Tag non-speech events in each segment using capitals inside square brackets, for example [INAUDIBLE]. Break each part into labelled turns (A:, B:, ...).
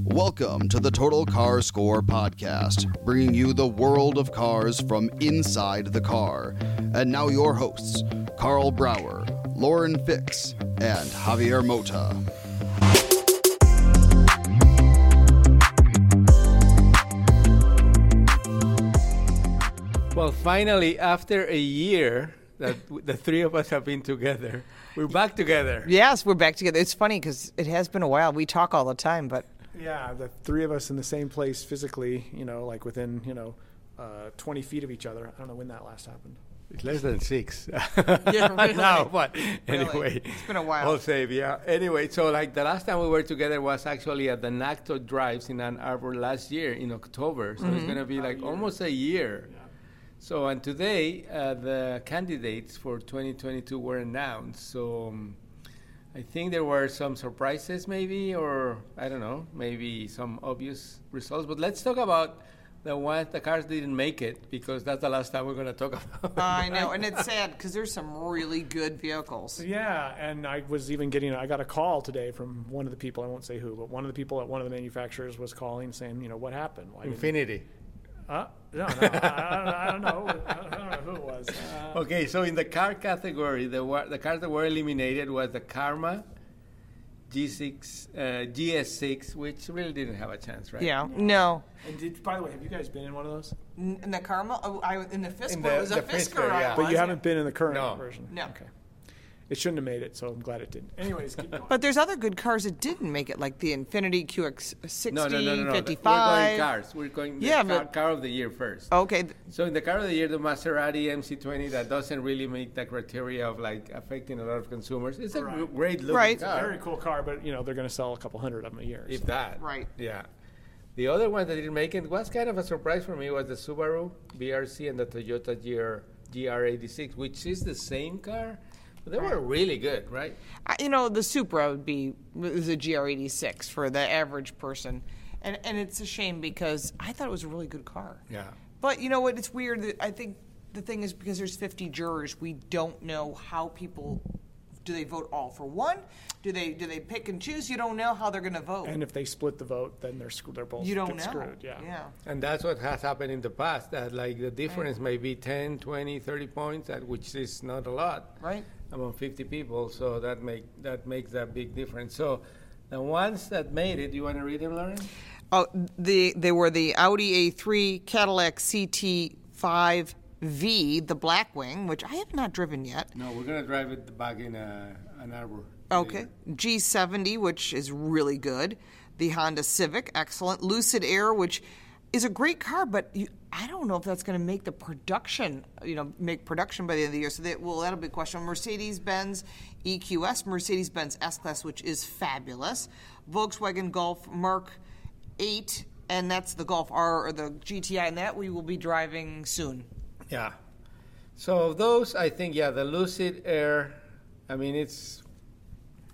A: Welcome to the Total Car Score podcast, bringing you the world of cars from inside the car. And now your hosts, Carl Brower, Lauren Fix, and Javier Mota.
B: Well, finally, after a year that w- the three of us have been together, we're back together.
C: Yes, we're back together. It's funny because it has been a while. We talk all the time, but
D: Yeah, the three of us in the same place physically, you know, like within, you know, uh, 20 feet of each other. I don't know when that last happened.
B: It's less than six. [LAUGHS]
C: really.
B: now, but anyway.
C: It's been a while.
B: I'll save, yeah. Anyway, so like the last time we were together was actually at the NACTO Drives in Ann Arbor last year in October. So it's going to be like almost a year. So, and today uh, the candidates for 2022 were announced. So, um, I think there were some surprises, maybe, or I don't know, maybe some obvious results. But let's talk about the ones the cars didn't make it because that's the last time we're going to talk [LAUGHS] about.
C: I know, and it's sad because there's some really good vehicles.
D: Yeah, and I was even getting, I got a call today from one of the people, I won't say who, but one of the people at one of the manufacturers was calling saying, you know, what happened? Why didn't-
B: Infinity.
D: Uh, no, no, I, I don't know. I don't know who it was. Uh,
B: Okay, so in the car category, the wa- the cars that were eliminated was the Karma, G6, uh, GS6, which really didn't have a chance, right?
C: Yeah, no,
D: and did, by the way, have you guys been in one of those?
C: N- in the karma, oh, I, in the Fisker,
B: In the-
C: it was a
B: the
C: Fisker,
B: Fisker,
C: I
B: yeah.
D: But
C: was,
D: you
C: yeah.
D: haven't been in the current
B: No.
D: version.
C: No.
D: Okay. It shouldn't have made it, so I'm glad it didn't. Anyways, keep going.
C: But there's other good cars that didn't make it, like the Infinity QX60,
B: No, no, no, no, no. We're going
C: 55.
B: cars. We're going the
C: Yeah,
B: car,
C: but- Oh.
B: car of the year first.
C: Okay, th-
B: So in the car of the year, the Maserati MC20 that doesn't really meet the criteria of like affecting a lot of consumers. It's a gr- great looking
C: Right.
B: car,
D: Very cool car, but, you know, they're going to sell a couple hundred of them a year.
B: if
D: so.
B: that.
C: Right.
B: Yeah. The other one that didn't make it was kind of a surprise for me was the Subaru BRC and the Toyota GR GR86, which is the same car. But they were really good, right?
C: I, you know, the Supra would be is a GR86 for the average person, and and it's a shame because I thought it was a really good car.
B: Yeah.
C: But you know what? It's weird. that- I think the thing is because there's 50 jurors, we don't know how people do they vote all for one? Do they do they pick and choose? You don't know how they're going to vote.
D: And if they split the vote, then they're sc- they're both
C: you don't
D: get
C: know.
D: screwed. Yeah.
C: Yeah.
B: And that's what has happened in the past, that like the difference may be 10, 20, 30 points, that, which is not a lot.
C: Right.
B: Among 50 people, so that make that makes that big difference. So the ones that made it, you want to read them, Lauren?
C: Oh, the they were the Audi A3, Cadillac CT5V, the Blackwing, which I have not driven yet.
B: No, we're going to drive it back in uh, Ann Arbor.
C: Okay. G70, which is really good. The Honda Civic, excellent. Lucid Air, which is a great car, but you, I don't know if that's going to make the production, you know, make production by the end of the year. So that well, that'll be a question. Mercedes Benz EQS, Mercedes Benz S Class, which is fabulous. Volkswagen Golf Mark 8, and that's the Golf R or the GTI, and that we will be driving soon.
B: Yeah. So of those, I think yeah, the Lucid Air. I mean, it's.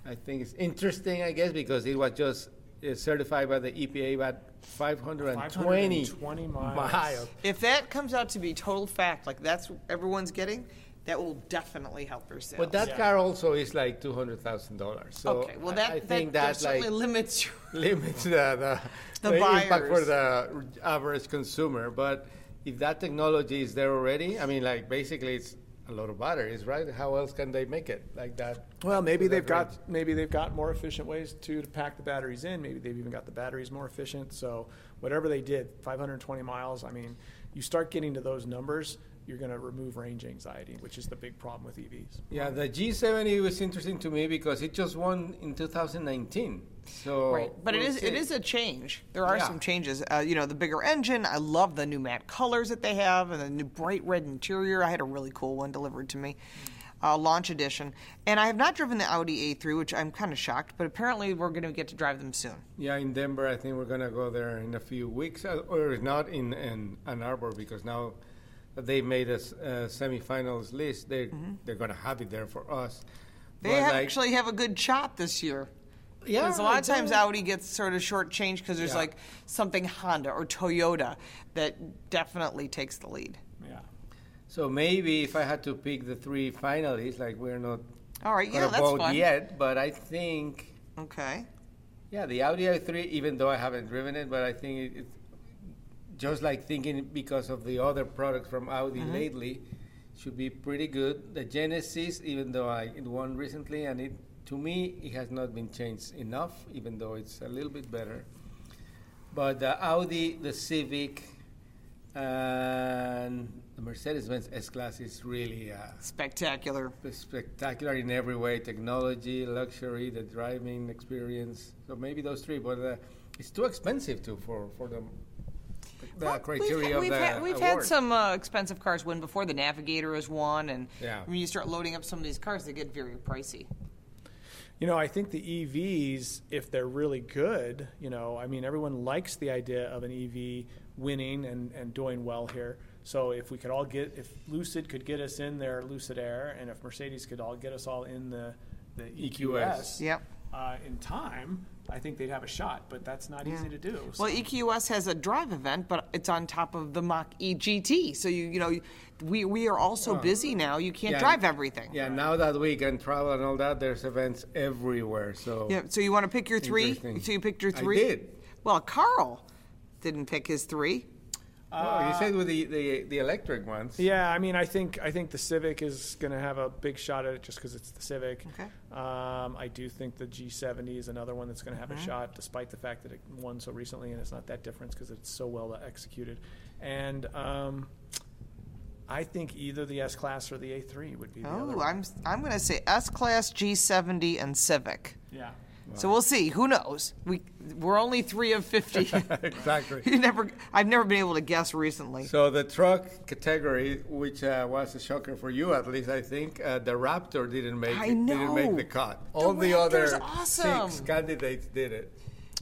B: I think it's interesting, I guess, because it was just uh, certified by the EPA at 520,
D: 520 miles.
C: If that comes out to be total fact, like that's what everyone's getting, that will definitely help their sales.
B: But that car also is like two hundred thousand dollars. So
C: okay, well that
B: I, I think
C: that,
B: that,
C: certainly
B: like
C: limits your
B: limits the the,
C: The
B: impact for
C: buyers.
B: the average consumer. But if that technology is there already, I mean, like basically it's a lot of batteries, right? How else can they make it like that?
D: Well, maybe
B: that
D: they've got maybe they've got more efficient ways to, to pack the batteries in. Maybe they've even got the batteries more efficient. So whatever they did, 520 miles. I mean, you start getting to those numbers, you're going to remove range anxiety, which is the big problem with E EVs.
B: Yeah, the G70 was interesting to me because it just won in 2019. So
C: Right, but it
B: [LAUGHS] we'll
C: is it
B: see.
C: is a change. There are
B: Yeah.
C: some changes. Uh, you know, the bigger engine. I love the new matte colors that they have, and the new bright red interior. I had a really cool one delivered to me, uh, launch edition. And I have not driven the Audi A3, which I'm kind of shocked. But apparently, we're going to get to drive them soon.
B: Yeah, in Denver, I think we're gonna go there in a few weeks, uh, or if not in, in Ann Arbor, because now that they made us uh, semifinals list, they they're gonna have it there for us.
C: Mm-hmm. They
B: But,
C: have-
B: like,
C: actually have a good shot this year.
B: Yeah,
C: Because a lot of
B: they
C: times
B: do.
C: Audi gets sort of shortchanged because there's
B: Yeah.
C: like something Honda or Toyota that definitely takes the lead.
D: Yeah.
B: So maybe if I had to pick the three finalists, like we're not
C: All right, yeah,
B: gonna
C: that's
B: vote
C: fun.
B: yet, but I think
C: Okay.
B: yeah, the Audi i3, even though I haven't driven it, but I think it, it just like thinking because of the other products from Audi lately should be pretty good. The Genesis, even though I it won recently, and it to me it has not been changed enough, even though it's a little bit better. But the Audi, the Civic, and the Mercedes-Benz S-Class is really. Uh,
C: Spectacular.
B: spectacular in every way technology luxury the driving experience so maybe those three but uh, it's too expensive too for for the, the
C: Well,
B: criteria
C: we've
B: of
C: we've
B: the
C: had, we've had
B: award.
C: some uh, expensive cars win before. The Navigator is one, and
B: Yeah.
C: when you start loading up some of these cars, they get very pricey.
D: You know, I think the EVs, if they're really good, you know, I mean, everyone likes the idea of an EV winning and, and doing well here. So if we could all get, if Lucid could get us in their Lucid Air, and if Mercedes could all get us all in the, the EQS,
C: Yep.
D: uh, in time, I think they'd have a shot. But that's not easy to do. So-
C: Well, EQS has a drive event, but it's on top of the Mach E GT. So you you know, we we are all so busy now. You can't
B: Oh. Yeah.
C: drive everything.
B: yeah now that we can travel and all that there's events everywhere so
C: Yeah, So you want to pick your three?
B: Interesting.
C: So you picked your
B: I
C: three.
B: did.
C: Well, Carl didn't pick his three.
B: oh, you said with the, the the electric ones
D: Yeah, I mean, I think I think the Civic is going to have a big shot at it just because it's the Civic.
C: Okay.
D: Um, I do think the G70 is another one that's going to have
C: Mm-hmm.
D: a shot, despite the fact that it won so recently, and it's not that different because it's so well executed. And um, I think either the S Class or the A3 would be the other.
C: Oh,
D: one.
C: I'm I'm going to say S Class, G70, and Civic.
D: Yeah.
C: So we'll see. Who knows? We we're only three of fifty.
B: [LAUGHS]
C: [LAUGHS]
B: exactly
C: you never, I've never been able to guess recently.
B: So the truck category, which uh, was a shocker for you at least, I think, uh, the Raptor didn't make
C: I
B: it,
C: know.
B: didn't make the cut. All the,
C: Raptor's
B: other
C: awesome.
B: six candidates did it.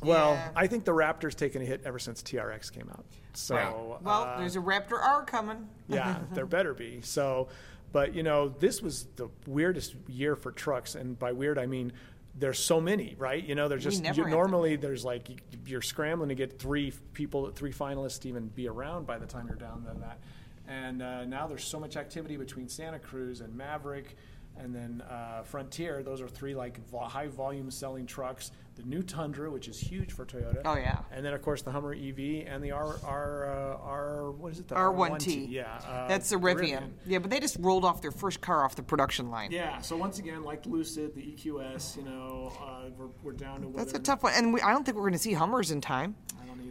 D: Well,
C: Yeah.
D: I think the Raptor's taken a hit ever since TRX came out. So.
B: Right.
C: well,
D: uh,
C: there's a Raptor R coming.
D: [LAUGHS] yeah,
C: [LAUGHS]
D: there better be. So, but you know, this was the weirdest year for trucks, and by weird I mean there's so many, right? You know, there's just
C: never
D: you-
C: had that
D: normally there's like y- you're scrambling to get three people, three finalists to even be around by the time you're down than that. And uh, now there's so much activity between Santa Cruz and Maverick. And then uh, Frontier, those are three like vo- high volume selling trucks. The new Tundra, which is huge for Toyota.
C: Oh, yeah.
D: And then of course the Hummer EV and the R R uh, R what is it? The
C: R1T.
D: Yeah. uh,
C: That's the Rivian. Yeah, but they just rolled off their first car off the production line.
D: Yeah. So once again, like the Lucid, the EQS, you know, uh, we're, we're down to whether
C: That's a tough one, and we, I don't think we're going to see Hummers in time.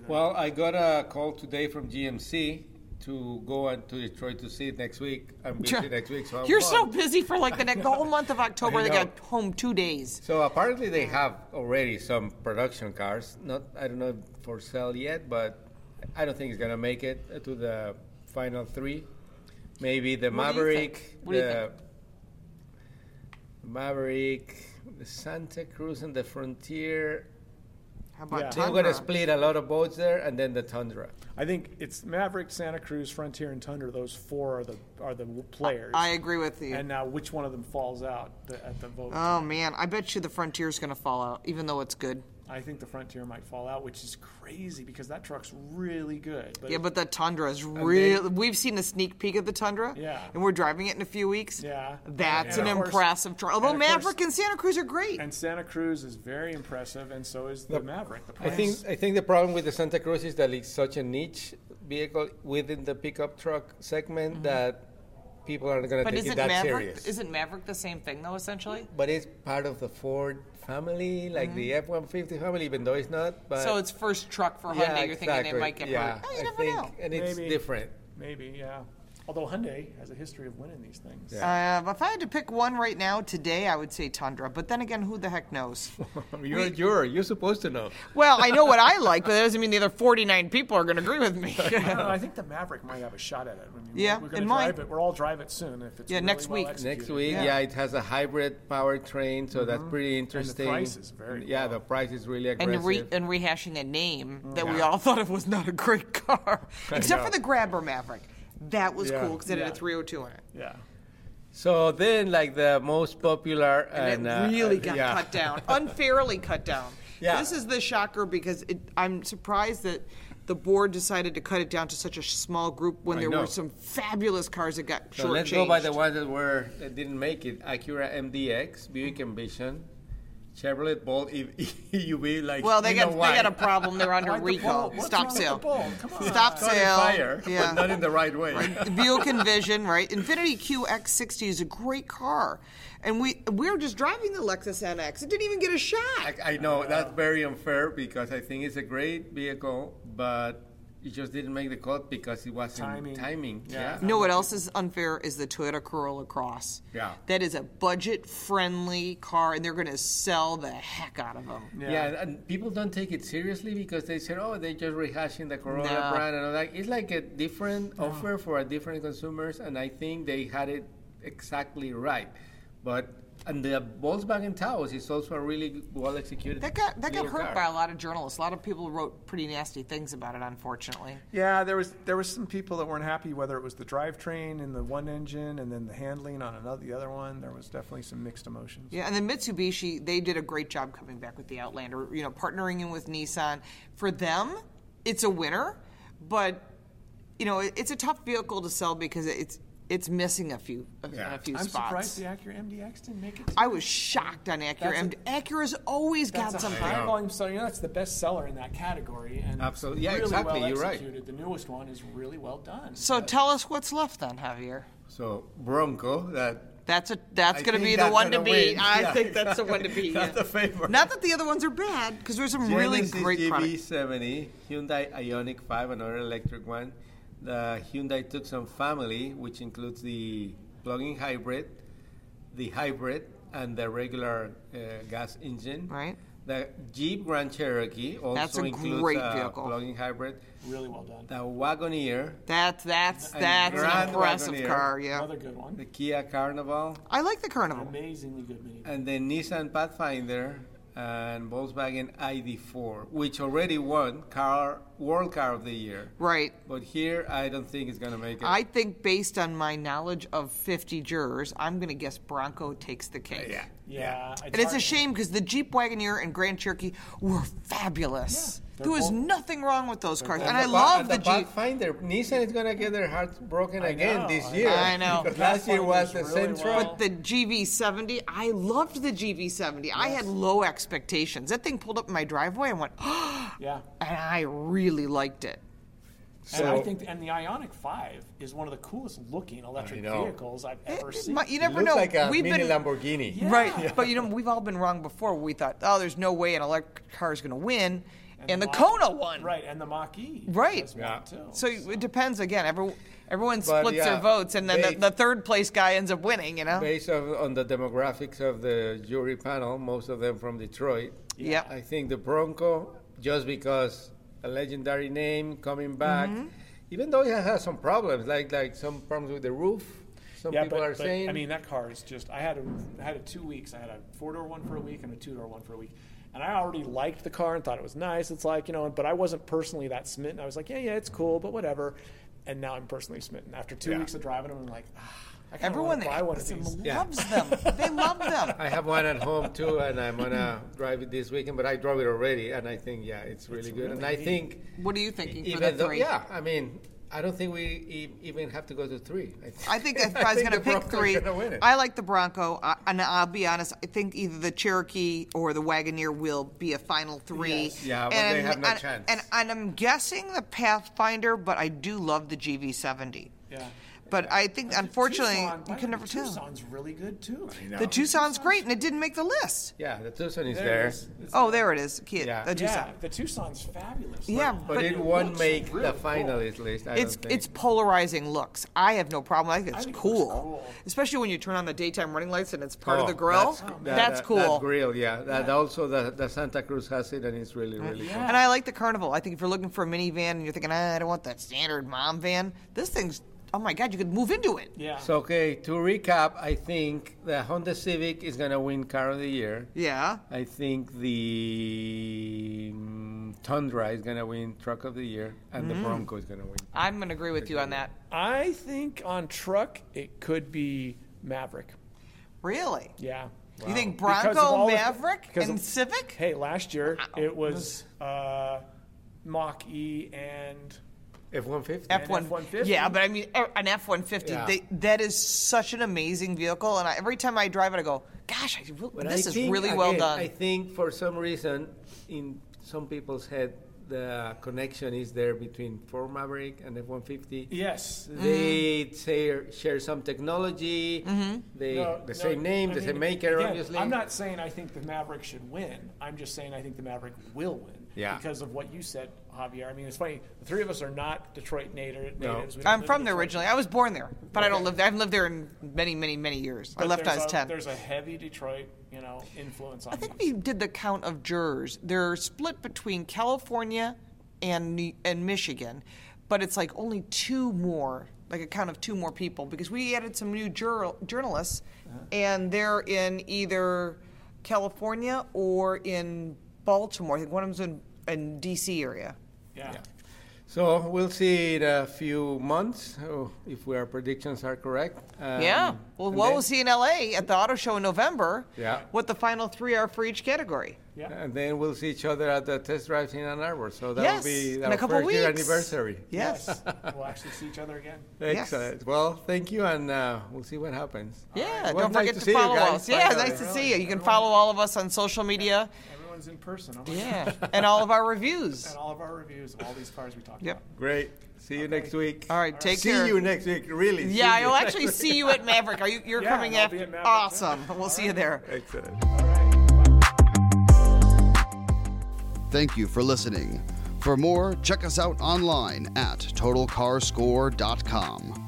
B: Well, I got a call today from GMC to go on to Detroit to see it next week. I'm busy next week, so I'm
C: You're so
B: gone.
C: busy for like the, next, the whole month of
B: [LAUGHS]
C: October.
B: I
C: They
B: know.
C: got home two days.
B: So apparently they have already some production cars. Not I don't know if for sale yet, but I don't think it's gonna make it to the final three. Maybe the
C: What do you think?
B: Maverick,
C: What do you
B: the Maverick, the Santa Cruz, and the Frontier.
C: How about
D: Yeah.
B: They're
C: Tundra?
B: gonna split a lot of boats there, and then the Tundra.
D: I think it's Maverick, Santa Cruz, Frontier, and Tundra. Those four are the are the w- players.
C: I agree with you.
D: and now, which one of them falls out the, at the vote?
C: oh man, I bet you the Frontier's going to fall out, even though it's good.
D: I think the Frontier might fall out, which is crazy because that truck's really good. But
C: Yeah,
D: it-
C: but the Tundra is real. We've seen a sneak peek of the Tundra.
D: Yeah.
C: And we're driving it in a few weeks.
D: Yeah.
C: That's
D: And
C: an
D: of course-
C: impressive truck. Although
D: and of course-
C: Maverick and Santa Cruz are great.
D: and Santa Cruz is very impressive, and so is the Maverick. The
B: I think I think the problem with the Santa Cruz is that it's such a niche vehicle within the pickup truck segment that people aren't going to
C: Mm-hmm. But
B: take it
C: isn't
B: that
C: Maverick
B: serious.
C: isn't Maverick the same thing though? Essentially,
B: but it's part of the Ford family, like the F one fifty family, even though it's not. But
C: Mm-hmm. so it's first truck for Hyundai.
B: yeah,
C: You're thinking they
B: exactly.
C: might get
B: yeah,
C: hurt. Oh, you
B: I
C: never
B: think,
C: know.
B: and it's
D: Maybe.
B: different.
D: Maybe, yeah. Although Hyundai has a history of winning these things.
C: Uh, if I had to pick one right now today, I would say Tundra. But then again, who the heck knows?
B: You're you're you're supposed to know.
C: well, I know what I like, but that doesn't mean the other 49 people are going to agree with
D: [LAUGHS]
C: me. [LAUGHS]
D: I don't know, I think the Maverick might have a shot at it. I mean, we're-
C: Yeah,
D: we're
C: it
D: going to
C: might.
D: drive it. We're all drive it soon if it's
C: Yeah,
D: really
C: next
D: well
C: week.
D: executed.
B: Next week,
C: Yeah.
B: yeah. it has a hybrid powertrain, so
C: Mm-hmm.
B: that's pretty interesting.
D: price is very
B: yeah, the price is really aggressive.
C: and, re- and rehashing a name
B: Oh,
C: that we all [LAUGHS] thought it was not a great car, except for the Grabber Maverick. That was
B: Yeah.
C: cool because it had
D: Yeah.
C: a 302 in it.
D: Yeah.
B: So then, like the most popular, and,
C: And
B: uh,
C: it really
B: uh,
C: got
B: yeah. [LAUGHS]
C: cut down, unfairly cut down.
B: Yeah.
C: This is the shocker because it, I'm surprised that the board decided to cut it down to such a sh- small group when
B: I
C: there
B: know.
C: were some fabulous cars that got
B: So let's go by the
C: shortchanged.
B: ones that were that didn't make it: Acura MDX, Buick Ambition, Chevrolet Bolt [LAUGHS] E- EUV. Like
C: Well, they
B: you
C: got
B: know
C: they
B: why.
C: got a
B: [LAUGHS]
C: problem. They're under
D: Like the
C: recall.
D: Bolt. What's
C: Stop
D: wrong with the
C: sale.
D: Bolt? Come on.
C: Stop
B: Caught in
C: sale.
B: fire, [LAUGHS]
C: yeah.
B: but not in the right way. [LAUGHS]
C: The Buick Envision, right? Infinity QX60 is a great car, and we we were just driving the Lexus NX. It didn't even get a shot.
B: I, I know that's very unfair because I think it's a great vehicle, but it just didn't make the cut because it wasn't
D: Timing.
B: timing.
D: Yeah.
B: Yeah.
C: You know what else is unfair is the Toyota Corolla Cross.
B: Yeah.
C: That is a budget friendly car, and they're going to sell the heck out of them.
B: Yeah. and- and people don't take it seriously because they say, "Oh, they're just rehashing the Corolla
C: No.
B: brand," and all that. It's like a different offer for a different consumers, and I think they had it exactly right. But and the Volkswagen Taos is also a really well executed.
C: That got that got
B: little
C: hurt
B: car.
C: by a lot of journalists. A lot of people wrote pretty nasty things about it, unfortunately.
D: Yeah, there was there was some people that weren't happy whether it was the drivetrain in the one engine and then the handling on another the other one. There was definitely some mixed emotions.
C: Yeah, and then Mitsubishi, they did a great job coming back with the Outlander, you know, partnering in with Nissan. For them, it's a winner, but you know, it- it's a tough vehicle to sell because it's it's missing a few a, a few
D: I'm
C: spots.
D: surprised the Acura MDX didn't make it. to-
C: I was shocked on Acura.
D: That's a-
C: and Acura's always got
D: that's a
C: something.
D: high volume seller. You know, that's the best seller in that category, and it's
B: Absolutely. Yeah,
D: really
B: exactly.
D: well
B: You're right.
D: executed. The newest one is really well done.
C: So tell us what's left then, Javier.
B: So Bronco, that
C: That's a that's
B: I
C: going
B: think
C: to be the
B: that's
C: one to
B: gonna
C: beat.
B: win.
C: I
B: Yeah,
C: think that's the one to
B: [LAUGHS]
C: beat.
B: that's
C: yeah.
B: the favorite.
C: Not that the other ones are bad, because there's some really
B: Genesis
C: great products.
B: GV70, Hyundai Ionic 5, another electric one. The Hyundai Tucson family, which includes the plug-in hybrid, the hybrid, and the regular uh, gas engine.
C: Right.
B: The Jeep Grand Cherokee also
C: That's a
B: includes
C: great
B: a
C: vehicle.
B: plug-in hybrid.
D: really well done.
B: The Wagoneer,
C: That's that's
B: And
C: that's an
B: Grand
C: impressive
B: Wagoneer.
C: car. Yeah,
D: Another good
B: the
D: one.
B: Kia Carnival,
C: I like the Carnival.
D: Amazingly good minivan.
B: and the Nissan Pathfinder and Volkswagen ID4, which already won Car World Car of the Year.
C: Right.
B: But here, I don't think it's going to make it.
C: I think based on my knowledge of 50 jurors, I'm going to guess Bronco takes the cake.
B: yeah.
D: Yeah,
C: And it's a
D: hard-
C: shame because the Jeep Wagoneer and Grand Cherokee were fabulous.
D: Yeah, they're
C: there was
D: both-
C: nothing wrong with those cars. And, I
B: the
C: love
B: and
C: the, Jeep.
B: Pathfinder. Nissan is gonna get their hearts broken
D: I
B: again
D: know,
B: this
D: I
B: year.
D: know.
C: I know.
B: Because last year was the
D: Pathfinder was really
B: Sentra.
D: well.
C: But the GV70, I loved the GV70. I had low expectations. That thing pulled up in my driveway and went, [GASPS] oh,
D: Yeah.
C: and I really liked it.
D: and I think, and the Ionic Five is one of the coolest looking electric
B: know.
D: vehicles I've ever
C: It
D: seen.
C: might- you never
B: looks
C: know.
B: like a
C: We've
B: mini
C: been
B: Lamborghini. Yeah.
C: right?
D: Yeah.
C: But you know, we've all been wrong before. We thought, oh, there's no way an electric car is going to win, and, the
D: Mach-
C: Kona won.
D: Right, and the Mach E.
C: Right.
D: has
B: Yeah.
D: One too.
C: So it depends. Again, every, everyone
B: But,
C: splits
B: yeah,
C: their votes, and then
B: they-
C: the, the third place guy ends up winning. You know.
B: Based on, on the demographics of the jury panel, most of them from Detroit.
C: Yeah.
B: I think the Bronco, just because a legendary name coming back,
C: Mm-hmm.
B: even though it has some problems, like like some problems with the roof. Some
D: yeah,
B: people
D: but,
B: are
D: but,
B: saying.
D: I mean, that car is just. I had a, I had a two weeks. I had a four door one for a week and a two door one for a week, and I already liked the car and thought it was nice. It's like you know, but I wasn't personally that smitten. I was like, yeah, yeah, it's cool, but whatever. And now I'm personally smitten after two weeks of driving them. I'm like, ah, I kinda
C: Everyone
D: wanna
C: that
D: buy one
C: loves
D: of
C: them
D: these.
B: Yeah.
C: loves them. They love them.
B: [LAUGHS] I have one at home too, and I'm gonna drive it this weekend. But I drove it already, and I think yeah, it's really good. and I think
C: What are you thinking for
B: even
C: the
B: though,
C: three?
B: yeah, I mean, I I don't think we e- even have to go to three. I think, [LAUGHS]
C: I think if I was
B: think
C: going
B: the
C: to pick
B: Broncos are
C: 3
B: gonna win it.
C: I like the Bronco, I, and I'll be honest. I think either the Cherokee or the Wagoneer will be a final three.
B: Yes. Yeah, well, they have no
C: and,
B: chance.
C: And, and I'm guessing the Pathfinder, but I do love the GV70.
D: Yeah.
C: But I think, unfortunately,
D: Tucson,
C: you
D: why-
C: can never tell.
D: Tucson's really good too.
C: The Tucson's great, and it didn't make the list.
B: yeah, the Tucson is
D: There
B: there,
D: it is. It's-
C: Oh, there it is. Kid,
B: Yeah.
C: the Tucson.
D: yeah, the Tucson's fabulous.
C: Yeah,
B: but,
C: but-
B: it
D: looks
B: won't make
D: really
B: the finalist list. I
C: It's
B: don't think.
C: it's polarizing looks. I have no problem. I think it's
D: think it looks
C: cool.
D: cool.
C: especially when you turn on the daytime running lights and it's part of
B: Oh,
C: the grill. That's,
B: that-
C: cool.
B: That grill, yeah. That also the, the Santa Cruz has it, and it's really really cool.
C: And I like the carnival. I think if you're looking for a minivan and you're thinking, ah, I don't want that standard mom van, this thing's, oh my God, you could move into it.
D: Yeah.
B: So okay, to recap, I think the Honda Civic is gonna win Car of the Year.
C: Yeah.
B: I think the mm, Tundra is gonna win Truck of the Year, and
C: Mm.
B: the Bronco is gonna win.
C: I'm going to agree with you on that.
D: I think on truck it could be Maverick.
C: Really?
D: Yeah.
C: You think
D: Because of
C: Bronco,
D: all the-
C: Maverick,
D: because
C: and
D: of-
C: Civic?
D: Hey, last year it was uh, Mach E and
B: F one fifty.
C: F one
D: F-150?
C: Yeah, but I mean er, an F one fifty.
B: Yeah.
C: That is such an amazing vehicle, and I, every time I drive it, I go, "Gosh, I, re-
B: But
C: this
B: I
C: is
B: think,
C: really well
B: again,
C: done."
B: I think for some reason, in some people's head, the connection is there between Ford Maverick and F-150.
D: yes.
C: Mm-hmm.
B: They share, share some technology. They
D: No,
B: the
D: no,
B: same name,
D: I
B: the
D: mean,
B: same maker,
D: again,
B: obviously.
D: I'm not saying I think the Maverick should win. I'm just saying I think the Maverick will win.
B: Yeah.
D: Because of what you said, Javier. I mean, it's funny. The three of us are not Detroit native,
B: No.
D: natives. We don't
C: I'm
D: live
C: from
D: in
C: there
D: Detroit.
C: originally. I was born there, but I don't live. there. I've lived there in many, many, many years. I
D: But
C: left when I
D: there's
C: was
D: a-
C: ten.
D: There's a heavy Detroit, you know, influence on.
C: I think we did the count of jurors. They're split between California and New- and Michigan, but it's like only two more, like a count of two more people, because we added some new jur- journalists,
D: Uh-huh.
C: and they're in either California or in Baltimore. I think one of them's in, in D.C. area.
D: Yeah.
B: so we'll see in a few months oh, if our predictions are correct. Um,
C: yeah. Well,
B: and
C: what
B: then-
C: we'll see in L.A. at the auto show in November.
B: Yeah.
C: What the final three are for each category.
D: Yeah.
B: And then we'll see each other at the test drives in Ann Arbor. So that
C: yes.
B: will be
C: in
B: our
C: a couple
B: first
C: weeks.
B: year anniversary.
C: Yes.
D: we'll actually see each other again.
B: Excellent. Well, thank you, and uh, we'll see what happens.
C: [LAUGHS] Yeah,
B: Well,
C: don't
B: nice
C: forget
B: to
C: to,
B: see you
C: follow
B: guys.
C: us. Yeah,
B: Finally.
C: nice to see you. You can follow all of us on social media.
D: Everyone's in person. Oh my God.
C: Yeah, and all of our reviews.
D: [LAUGHS]
B: [LAUGHS]
D: And all of our reviews of all these cars we talked
C: Yep.
D: about.
B: Great. See you next week.
C: All right, take
B: see
C: care.
B: you next week. Really. see
C: Yeah,
B: you
C: I'll
B: next
C: actually
B: week.
C: see you at Maverick. Are you? You're
D: Yeah,
C: coming
D: I'll
C: after?
D: be at Maverick, yeah.
C: awesome. We'll see you there.
B: Excellent.
D: All right. Bye.
A: Thank you for listening. For more, check us out online at totalcarscore.com.